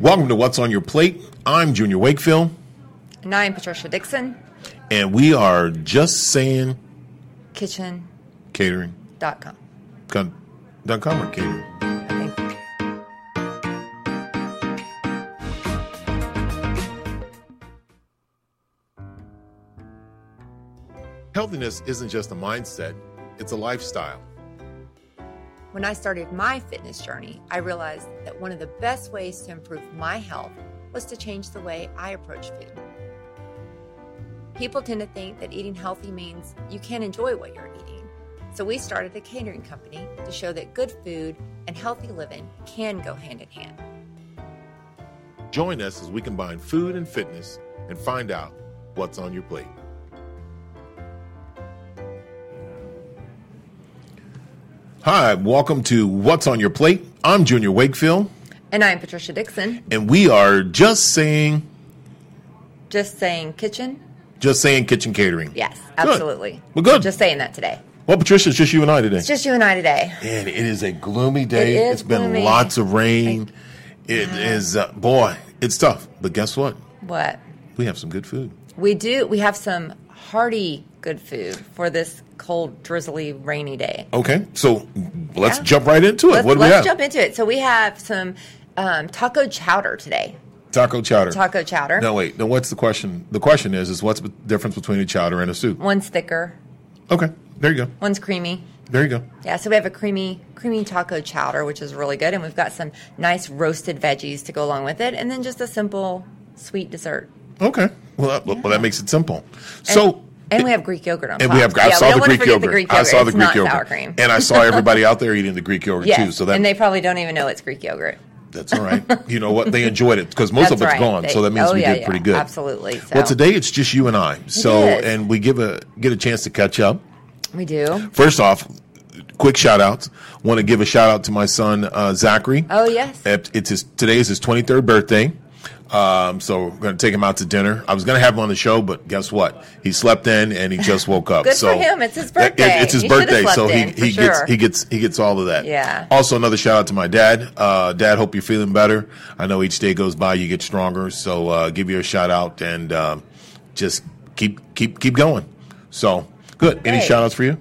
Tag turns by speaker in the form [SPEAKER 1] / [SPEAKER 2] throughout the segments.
[SPEAKER 1] Welcome to What's on Your Plate. I'm Junior Wakefield,
[SPEAKER 2] And I'm Patricia Dixon,
[SPEAKER 1] and we are just saying
[SPEAKER 2] kitchen.com.
[SPEAKER 1] catering. Con- dot com or catering.
[SPEAKER 2] I think.
[SPEAKER 1] Healthiness isn't just a mindset; it's a lifestyle.
[SPEAKER 2] When I started my fitness journey, I realized that one of the best ways to improve my health was to change the way I approach food. People tend to think that eating healthy means you can't enjoy what you're eating. So we started a catering company to show that good food and healthy living can go hand in hand.
[SPEAKER 1] Join us as we combine food and fitness and find out what's on your plate. Hi, welcome to What's on Your Plate. I'm Junior Wakefield,
[SPEAKER 2] And I'm Patricia Dixon,
[SPEAKER 1] and we are just saying,
[SPEAKER 2] just saying kitchen.
[SPEAKER 1] just saying kitchen catering.
[SPEAKER 2] Yes,
[SPEAKER 1] Good.
[SPEAKER 2] absolutely.
[SPEAKER 1] We're good.
[SPEAKER 2] Just saying that today.
[SPEAKER 1] Well, Patricia, it's just you and I today.
[SPEAKER 2] It's just you and I today.
[SPEAKER 1] And it is a gloomy day.
[SPEAKER 2] It is
[SPEAKER 1] has been
[SPEAKER 2] gloomy.
[SPEAKER 1] lots of rain. It is uh, boy, it's tough. But guess what?
[SPEAKER 2] What?
[SPEAKER 1] We have some good food.
[SPEAKER 2] We do. We have some hearty good food for this cold, drizzly, rainy day.
[SPEAKER 1] Okay, so let's
[SPEAKER 2] Yeah.
[SPEAKER 1] jump right into it.
[SPEAKER 2] Let's,
[SPEAKER 1] what do we
[SPEAKER 2] let's
[SPEAKER 1] have?
[SPEAKER 2] jump into it. So we have some um, taco chowder today.
[SPEAKER 1] Taco chowder.
[SPEAKER 2] Taco chowder.
[SPEAKER 1] No, wait. No, what's the question? The question is, is what's the difference between a chowder and a soup?
[SPEAKER 2] One's thicker.
[SPEAKER 1] Okay, there you go.
[SPEAKER 2] One's creamy.
[SPEAKER 1] There you go.
[SPEAKER 2] Yeah, so we have a creamy, creamy taco chowder, which is really good, and we've got some nice roasted veggies to go along with it, and then just a simple sweet dessert.
[SPEAKER 1] Okay. Well, that, well, that makes it simple. So.
[SPEAKER 2] And we have Greek yogurt on
[SPEAKER 1] And
[SPEAKER 2] top.
[SPEAKER 1] we have. I
[SPEAKER 2] Yeah,
[SPEAKER 1] saw the
[SPEAKER 2] we don't wanna
[SPEAKER 1] Greek
[SPEAKER 2] forget
[SPEAKER 1] yogurt.
[SPEAKER 2] the Greek
[SPEAKER 1] I
[SPEAKER 2] yogurt.
[SPEAKER 1] saw the
[SPEAKER 2] It's
[SPEAKER 1] Greek
[SPEAKER 2] not
[SPEAKER 1] yogurt,
[SPEAKER 2] sour cream.
[SPEAKER 1] and I saw everybody out there eating the Greek yogurt
[SPEAKER 2] Yes,
[SPEAKER 1] too. So that
[SPEAKER 2] and they probably don't even know it's Greek yogurt.
[SPEAKER 1] That's all right. You know what? They enjoyed it because most of
[SPEAKER 2] That's
[SPEAKER 1] it's
[SPEAKER 2] right.
[SPEAKER 1] gone,
[SPEAKER 2] They-
[SPEAKER 1] so that means
[SPEAKER 2] oh,
[SPEAKER 1] we
[SPEAKER 2] yeah,
[SPEAKER 1] did
[SPEAKER 2] yeah.
[SPEAKER 1] pretty good.
[SPEAKER 2] Absolutely. So-
[SPEAKER 1] Well, today it's just you and I, so
[SPEAKER 2] is.
[SPEAKER 1] and we give a get a chance to catch up.
[SPEAKER 2] We do.
[SPEAKER 1] First off, quick shout outs. Want to give a shout out to my son uh, Zachary.
[SPEAKER 2] Oh, yes.
[SPEAKER 1] It- It's his today is his twenty third birthday. Um, so we're going to take him out to dinner. I was going to have him on the show, but guess what? He slept in and he just woke up.
[SPEAKER 2] Good
[SPEAKER 1] so
[SPEAKER 2] for him. It's his
[SPEAKER 1] That-
[SPEAKER 2] birthday.
[SPEAKER 1] it's his
[SPEAKER 2] He should've
[SPEAKER 1] birthday, so
[SPEAKER 2] slept
[SPEAKER 1] he,
[SPEAKER 2] in, for
[SPEAKER 1] he gets
[SPEAKER 2] sure.
[SPEAKER 1] he gets he gets all of that.
[SPEAKER 2] Yeah.
[SPEAKER 1] Also, another shout out to my dad. Uh, dad, hope you're feeling better. I know each day goes by, you get stronger. So uh, give you a shout out and um, just keep keep keep going. So good. Any
[SPEAKER 2] Great.
[SPEAKER 1] shout outs for you?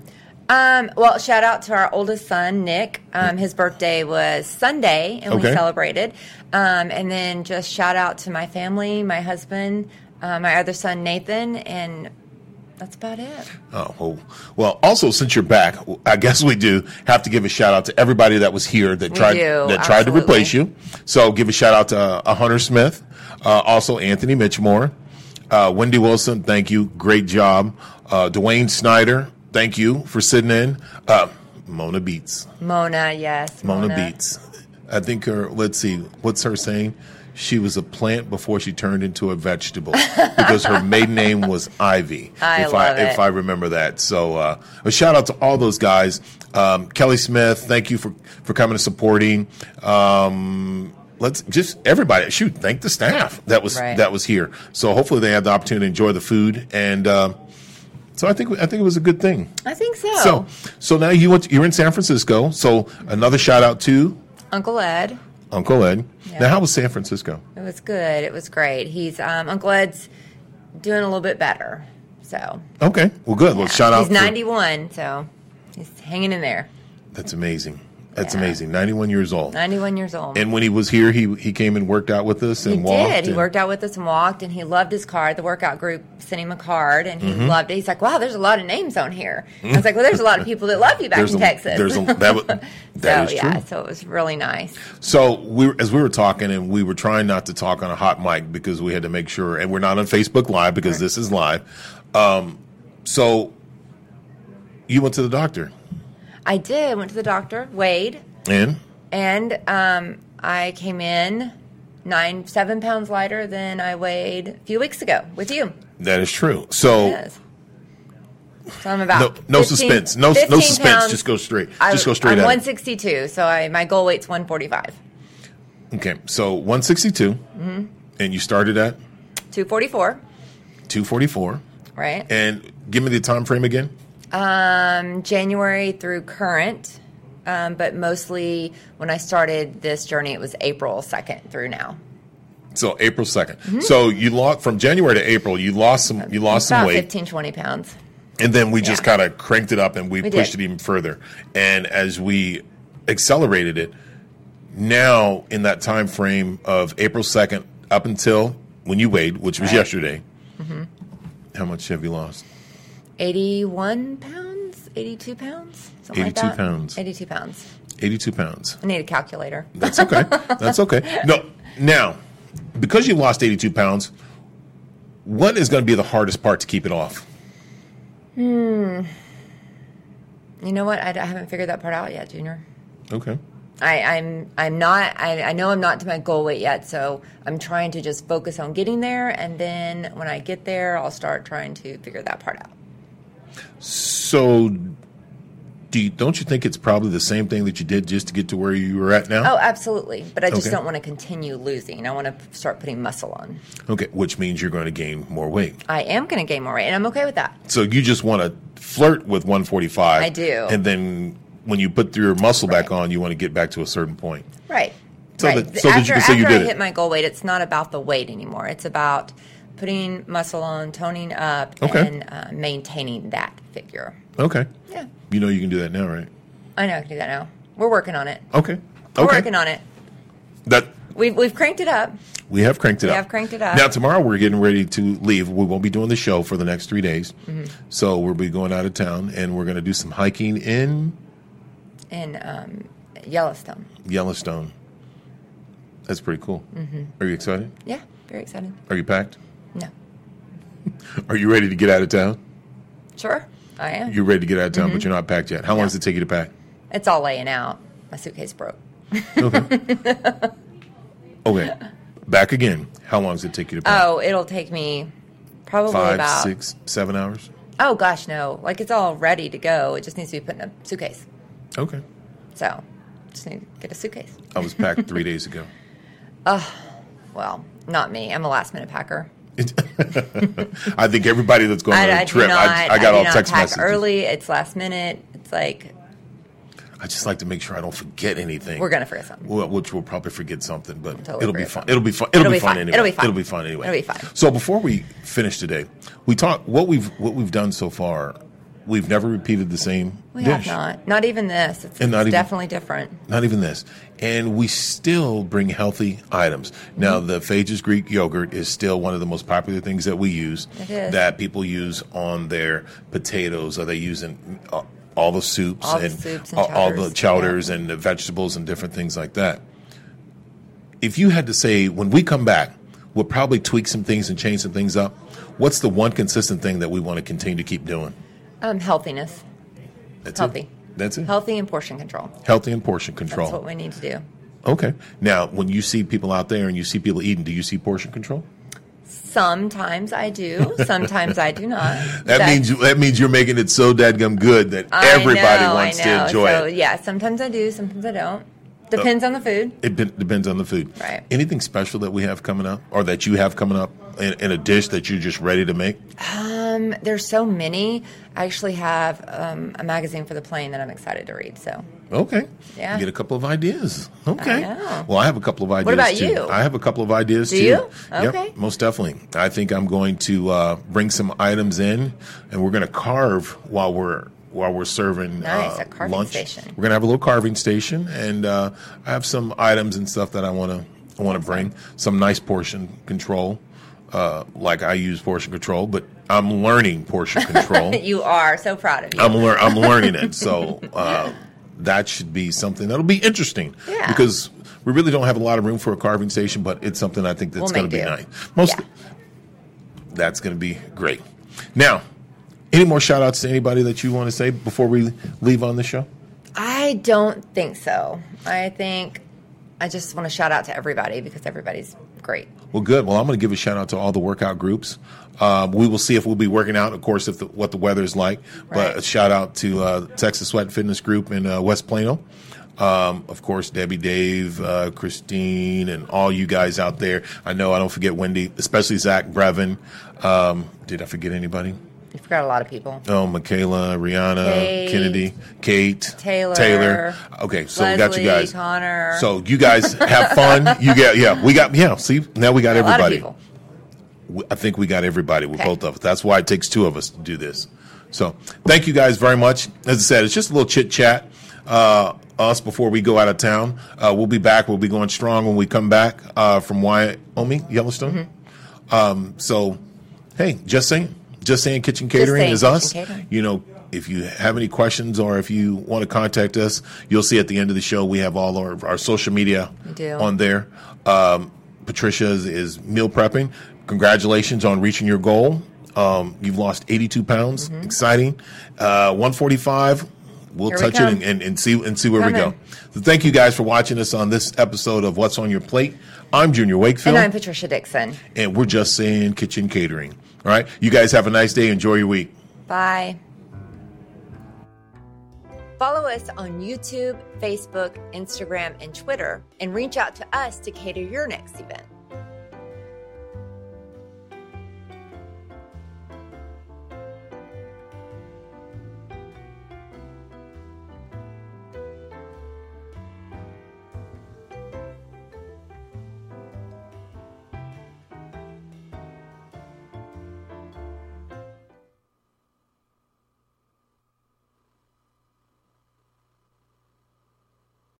[SPEAKER 2] Um, well, shout out to our oldest son, Nick. Um, his birthday was Sunday, and we
[SPEAKER 1] Okay.
[SPEAKER 2] celebrated. Um, and then just shout out to my family, my husband, uh, my other son, Nathan, and that's about it.
[SPEAKER 1] Oh, well, well, also since you're back, I guess we do have to give a shout out to everybody that was here that tried
[SPEAKER 2] do,
[SPEAKER 1] that tried to
[SPEAKER 2] absolutely.
[SPEAKER 1] replace you. So give a shout out to uh, Hunter Smith, uh, also Anthony Mitchmore, uh, Wendy Wilson. Thank you, great job, uh, Dwayne Snyder. Thank you for sitting in, uh, Mona Beats.
[SPEAKER 2] Mona, yes.
[SPEAKER 1] Mona, Beats. I think her. Let's see. What's her saying? She was a plant before she turned into a vegetable because her maiden name was Ivy.
[SPEAKER 2] I
[SPEAKER 1] if
[SPEAKER 2] love
[SPEAKER 1] I
[SPEAKER 2] it.
[SPEAKER 1] if I remember that. So uh, a shout out to all those guys. Um, Kelly Smith, thank you for for coming and supporting. Um, let's just everybody. Shoot, thank the staff that was
[SPEAKER 2] Right.
[SPEAKER 1] that was here. So hopefully they had the opportunity to enjoy the food and. Uh, so I think I think it was a good thing.
[SPEAKER 2] I think so.
[SPEAKER 1] So so now you went you're in San Francisco. So another shout out to
[SPEAKER 2] Uncle Ed.
[SPEAKER 1] Uncle Ed.
[SPEAKER 2] Yeah.
[SPEAKER 1] Now, how was San Francisco?
[SPEAKER 2] It was good. It was great. He's um, Uncle Ed's doing a little bit better. So
[SPEAKER 1] Okay, well, good. Well, shout out.
[SPEAKER 2] he's
[SPEAKER 1] for-
[SPEAKER 2] 91, so he's hanging in there.
[SPEAKER 1] That's amazing. That's
[SPEAKER 2] Yeah.
[SPEAKER 1] amazing. Ninety-one years old.
[SPEAKER 2] 91 years old.
[SPEAKER 1] And when he was here, he he came and worked out with us and
[SPEAKER 2] He
[SPEAKER 1] walked.
[SPEAKER 2] did. He
[SPEAKER 1] and-
[SPEAKER 2] worked out with us and walked, and he loved his card. The workout group sent him a card, and he
[SPEAKER 1] Mm-hmm.
[SPEAKER 2] loved it. He's like, "Wow, there's a lot of names on here." I was like, "Well, there's a lot of people that love you back
[SPEAKER 1] There's
[SPEAKER 2] in
[SPEAKER 1] a,
[SPEAKER 2] Texas."
[SPEAKER 1] There's a, that was,
[SPEAKER 2] so
[SPEAKER 1] that is
[SPEAKER 2] yeah,
[SPEAKER 1] true.
[SPEAKER 2] so it was really nice.
[SPEAKER 1] So we, were- as we were talking, and we were trying not to talk on a hot mic because we had to make sure, and we're not on Facebook Live because this is live. Um, so you went to the doctor,
[SPEAKER 2] I did. Went to the doctor, weighed,
[SPEAKER 1] and
[SPEAKER 2] and um, I came in nine, seven pounds lighter than I weighed a few weeks ago with you.
[SPEAKER 1] that is true. So
[SPEAKER 2] Yes. So I'm about
[SPEAKER 1] Oh. no, no
[SPEAKER 2] 15
[SPEAKER 1] suspense, no no
[SPEAKER 2] 15
[SPEAKER 1] suspense.
[SPEAKER 2] Ah, pounds.
[SPEAKER 1] Just go straight.
[SPEAKER 2] I-
[SPEAKER 1] Just go straight
[SPEAKER 2] I'm
[SPEAKER 1] at it.
[SPEAKER 2] 162, so I, my goal weight's 145.
[SPEAKER 1] Okay, so 162, and you started at
[SPEAKER 2] 244,
[SPEAKER 1] 244.
[SPEAKER 2] right?
[SPEAKER 1] And give me the time frame again.
[SPEAKER 2] Um, January through current, um, but mostly when I started this journey, it was April 2nd through now.
[SPEAKER 1] So April 2nd
[SPEAKER 2] Mm-hmm.
[SPEAKER 1] So you lost from January to April. You lost some. You lost some
[SPEAKER 2] About
[SPEAKER 1] weight.
[SPEAKER 2] 15, 20 pounds.
[SPEAKER 1] And then we just
[SPEAKER 2] Yeah.
[SPEAKER 1] kind of cranked it up and we,
[SPEAKER 2] We
[SPEAKER 1] pushed
[SPEAKER 2] did.
[SPEAKER 1] it even further. And as we accelerated it, now in that time frame of April 2nd up until when you weighed, which was
[SPEAKER 2] Right.
[SPEAKER 1] yesterday, how much have you lost?
[SPEAKER 2] 81 pounds, 82 pounds, something like
[SPEAKER 1] 82
[SPEAKER 2] that.
[SPEAKER 1] pounds.
[SPEAKER 2] 82 pounds.
[SPEAKER 1] 82 pounds.
[SPEAKER 2] I need a calculator.
[SPEAKER 1] That's okay. That's okay. No, now, because you lost 82 pounds, what is going to be the hardest part to keep it off?
[SPEAKER 2] You know what? I, I haven't figured that part out yet, Junior.
[SPEAKER 1] Okay.
[SPEAKER 2] I, I'm I'm not I, I know I'm not to my goal weight yet, so I'm trying to just focus on getting there, and then when I get there, I'll start trying to figure that part out.
[SPEAKER 1] So, do you, don't you think it's probably the same thing that you did just to get to where you were at now?
[SPEAKER 2] Oh, absolutely, but I just
[SPEAKER 1] Okay.
[SPEAKER 2] don't want to continue losing. I want to start putting muscle on.
[SPEAKER 1] Okay, which means you're going to gain more weight.
[SPEAKER 2] I am going to gain more weight, and I'm okay with that.
[SPEAKER 1] So you just want to flirt with 145.
[SPEAKER 2] I do.
[SPEAKER 1] And then when you put your muscle back on, you want to get back to a certain point.
[SPEAKER 2] Right.
[SPEAKER 1] So
[SPEAKER 2] right.
[SPEAKER 1] that- so that you
[SPEAKER 2] after,
[SPEAKER 1] can say you
[SPEAKER 2] after
[SPEAKER 1] did
[SPEAKER 2] I
[SPEAKER 1] it.
[SPEAKER 2] hit my goal weight, it's not about the weight anymore. It's about putting muscle on, toning up,
[SPEAKER 1] Okay.
[SPEAKER 2] and uh, maintaining that figure.
[SPEAKER 1] Okay.
[SPEAKER 2] Yeah,
[SPEAKER 1] You know you can do that now, right?
[SPEAKER 2] I know I can do that now. We're working on it.
[SPEAKER 1] Okay.
[SPEAKER 2] We're
[SPEAKER 1] Okay.
[SPEAKER 2] working on it.
[SPEAKER 1] that
[SPEAKER 2] We've we've cranked it up.
[SPEAKER 1] we have cranked it up.
[SPEAKER 2] have cranked it up.
[SPEAKER 1] Now tomorrow we're getting ready to leave. We won't be doing the show for the next 3 days.
[SPEAKER 2] Mm-hmm.
[SPEAKER 1] So we'll be going out of town and we're going to do some hiking in
[SPEAKER 2] in um, Yellowstone.
[SPEAKER 1] Yellowstone. That's pretty cool.
[SPEAKER 2] Mm-hmm.
[SPEAKER 1] Are you excited?
[SPEAKER 2] Yeah, very excited.
[SPEAKER 1] Are you packed?
[SPEAKER 2] No,
[SPEAKER 1] Are you ready to get out of town?
[SPEAKER 2] sure, I am.
[SPEAKER 1] You're ready to get out of town,
[SPEAKER 2] Mm-hmm.
[SPEAKER 1] but you're not packed yet. How long does it take you to pack?
[SPEAKER 2] it's all laying out. My suitcase broke.
[SPEAKER 1] Okay. Back again. How long does it take you to pack?
[SPEAKER 2] Oh, it'll take me probably
[SPEAKER 1] Five,
[SPEAKER 2] about.
[SPEAKER 1] six, seven hours?
[SPEAKER 2] Oh gosh, no! Like it's all ready to go. It just needs to be put in a suitcase.
[SPEAKER 1] Okay.
[SPEAKER 2] So, just need to get a suitcase.
[SPEAKER 1] I was packed three days ago.
[SPEAKER 2] Well, not me. I'm a last minute packer.
[SPEAKER 1] I think everybody that's going on
[SPEAKER 2] I,
[SPEAKER 1] a
[SPEAKER 2] I do
[SPEAKER 1] trip,
[SPEAKER 2] not.
[SPEAKER 1] I, I got
[SPEAKER 2] do
[SPEAKER 1] all
[SPEAKER 2] not
[SPEAKER 1] text
[SPEAKER 2] pack
[SPEAKER 1] messages.
[SPEAKER 2] early. It's last minute. It's like
[SPEAKER 1] I just like to make sure I don't forget anything.
[SPEAKER 2] we're gonna forget something.
[SPEAKER 1] Well, which we'll probably forget something, but
[SPEAKER 2] Totally
[SPEAKER 1] it'll be
[SPEAKER 2] forget
[SPEAKER 1] fun.
[SPEAKER 2] something.
[SPEAKER 1] It'll be fun. It'll, be, fun anyway.
[SPEAKER 2] It'll be fun.
[SPEAKER 1] It'll be fun anyway.
[SPEAKER 2] It'll be fun.
[SPEAKER 1] So before we finish today, we talk what we've what we've done so far. We've never repeated the same
[SPEAKER 2] We
[SPEAKER 1] dish.
[SPEAKER 2] have not. Not even this. It's,
[SPEAKER 1] And not
[SPEAKER 2] it's
[SPEAKER 1] even-
[SPEAKER 2] definitely different.
[SPEAKER 1] Not even this. And we still bring healthy items. Now,
[SPEAKER 2] Mm-hmm.
[SPEAKER 1] the Phages Greek yogurt is still one of the most popular things that we use,
[SPEAKER 2] It is.
[SPEAKER 1] that people use on their potatoes. Are they using uh, all the soups
[SPEAKER 2] All the
[SPEAKER 1] and,
[SPEAKER 2] soups and
[SPEAKER 1] all, all the
[SPEAKER 2] chowders,
[SPEAKER 1] chowders and the vegetables and different things like that? If you had to say, when we come back, we'll probably tweak some things and change some things up. What's the one consistent thing that we want to continue to keep doing?
[SPEAKER 2] Um, healthiness,
[SPEAKER 1] That's
[SPEAKER 2] Healthy.
[SPEAKER 1] It. That's it.
[SPEAKER 2] healthy, and portion control.
[SPEAKER 1] Healthy and portion control.
[SPEAKER 2] That's what we need to do.
[SPEAKER 1] Okay. Now, when you see people out there and you see people eating, do you see portion control?
[SPEAKER 2] Sometimes I do. Sometimes I do not.
[SPEAKER 1] That
[SPEAKER 2] That's-
[SPEAKER 1] means you, that means you're making it so dadgum good that
[SPEAKER 2] I
[SPEAKER 1] everybody
[SPEAKER 2] know,
[SPEAKER 1] wants
[SPEAKER 2] I know.
[SPEAKER 1] to enjoy
[SPEAKER 2] so,
[SPEAKER 1] it. Oh.
[SPEAKER 2] Yeah, sometimes I do. Sometimes I don't. Depends on the food.
[SPEAKER 1] It be- depends on the food.
[SPEAKER 2] Right.
[SPEAKER 1] Anything special that we have coming up, or that you have coming up in, in a dish that you're just ready to make?
[SPEAKER 2] Um, there's so many. I actually have um, a magazine for the plane that I'm excited to read. So,
[SPEAKER 1] Okay.
[SPEAKER 2] Yeah.
[SPEAKER 1] Get a couple of ideas. Okay.
[SPEAKER 2] know.
[SPEAKER 1] Well, I have a couple of ideas.
[SPEAKER 2] about
[SPEAKER 1] too.
[SPEAKER 2] you?
[SPEAKER 1] I have a couple of ideas
[SPEAKER 2] Do
[SPEAKER 1] too.
[SPEAKER 2] you? Okay.
[SPEAKER 1] Yep, most definitely. I think I'm going to uh, bring some items in, and we're going to carve while we're while we're serving
[SPEAKER 2] Nice,
[SPEAKER 1] uh,
[SPEAKER 2] a carving
[SPEAKER 1] lunch.
[SPEAKER 2] station.
[SPEAKER 1] We're going to have a little carving station, and uh, I have some items and stuff that I want to I want to bring. Some nice portion control. Uh, like I use portion control, but I'm learning portion control.
[SPEAKER 2] you are so proud of you.
[SPEAKER 1] I'm lear- I'm learning it. So uh, that should be something that'll be interesting.
[SPEAKER 2] Yeah.
[SPEAKER 1] Because we really don't have a lot of room for a carving station, but it's something I think that's
[SPEAKER 2] We'll
[SPEAKER 1] going
[SPEAKER 2] make
[SPEAKER 1] to be
[SPEAKER 2] do.
[SPEAKER 1] nice. Most
[SPEAKER 2] Yeah.
[SPEAKER 1] that's going to be great. Now, any more shout outs to anybody that you want to say before we leave on the show?
[SPEAKER 2] I don't think so. I think I just want to shout out to everybody because everybody's great.
[SPEAKER 1] Well, good. Well, I'm going to give a shout out to all the workout groups. Um, we will see if we'll be working out, of course, if the, what the weather is like. But
[SPEAKER 2] Right.
[SPEAKER 1] a shout out to uh, Texas Sweat Fitness Group in uh, West Plano. Um, of course, Debbie, Dave, uh, Christine, and all you guys out there. I know I don't forget Wendy, especially Zach Brevin. Um, did I forget anybody?
[SPEAKER 3] You forgot a lot of people.
[SPEAKER 1] Oh, Michaela, Rihanna,
[SPEAKER 3] Kate.
[SPEAKER 1] Kennedy, Kate,
[SPEAKER 3] Taylor.
[SPEAKER 1] Taylor. Okay, so we got
[SPEAKER 3] Leslie,
[SPEAKER 1] you guys.
[SPEAKER 3] Connor.
[SPEAKER 1] So you guys have fun. You get yeah. We got yeah. See now we got
[SPEAKER 3] a lot of
[SPEAKER 1] everybody.
[SPEAKER 3] people.
[SPEAKER 1] We- I think we got everybody with
[SPEAKER 3] Okay.
[SPEAKER 1] both of us. That's why it takes two of us to do this. So thank you guys very much. As I said, it's just a little chit chat. Uh, us before we go out of town. Uh, we'll be back. We'll be going strong when we come back uh, from Wyoming, Yellowstone.
[SPEAKER 3] Mm-hmm.
[SPEAKER 1] Um, so, hey, just saying, just saying, kitchen catering
[SPEAKER 3] Saying
[SPEAKER 1] is
[SPEAKER 3] Kitchen
[SPEAKER 1] us.
[SPEAKER 3] Catering.
[SPEAKER 1] You know, if you have any questions or if you want to contact us, you'll see at the end of the show we have all our, our social media
[SPEAKER 3] do.
[SPEAKER 1] on there. Um, Patricia is, is meal prepping. Congratulations on reaching your goal. Um, you've lost 82 pounds. Exciting. Uh, 145. We'll
[SPEAKER 3] Mm-hmm. Here we
[SPEAKER 1] touch it
[SPEAKER 3] come.
[SPEAKER 1] and, and, and see and see where we go.
[SPEAKER 3] Coming.
[SPEAKER 1] So thank you guys for watching us on this episode of What's on Your Plate. I'm Junior Wakefield
[SPEAKER 3] And I'm Patricia Dixon.
[SPEAKER 1] and we're just saying kitchen catering. All right. You guys have a nice day. Enjoy your week.
[SPEAKER 3] Bye.
[SPEAKER 2] Follow us on YouTube, Facebook, Instagram, and Twitter, and reach out to us to cater your next event.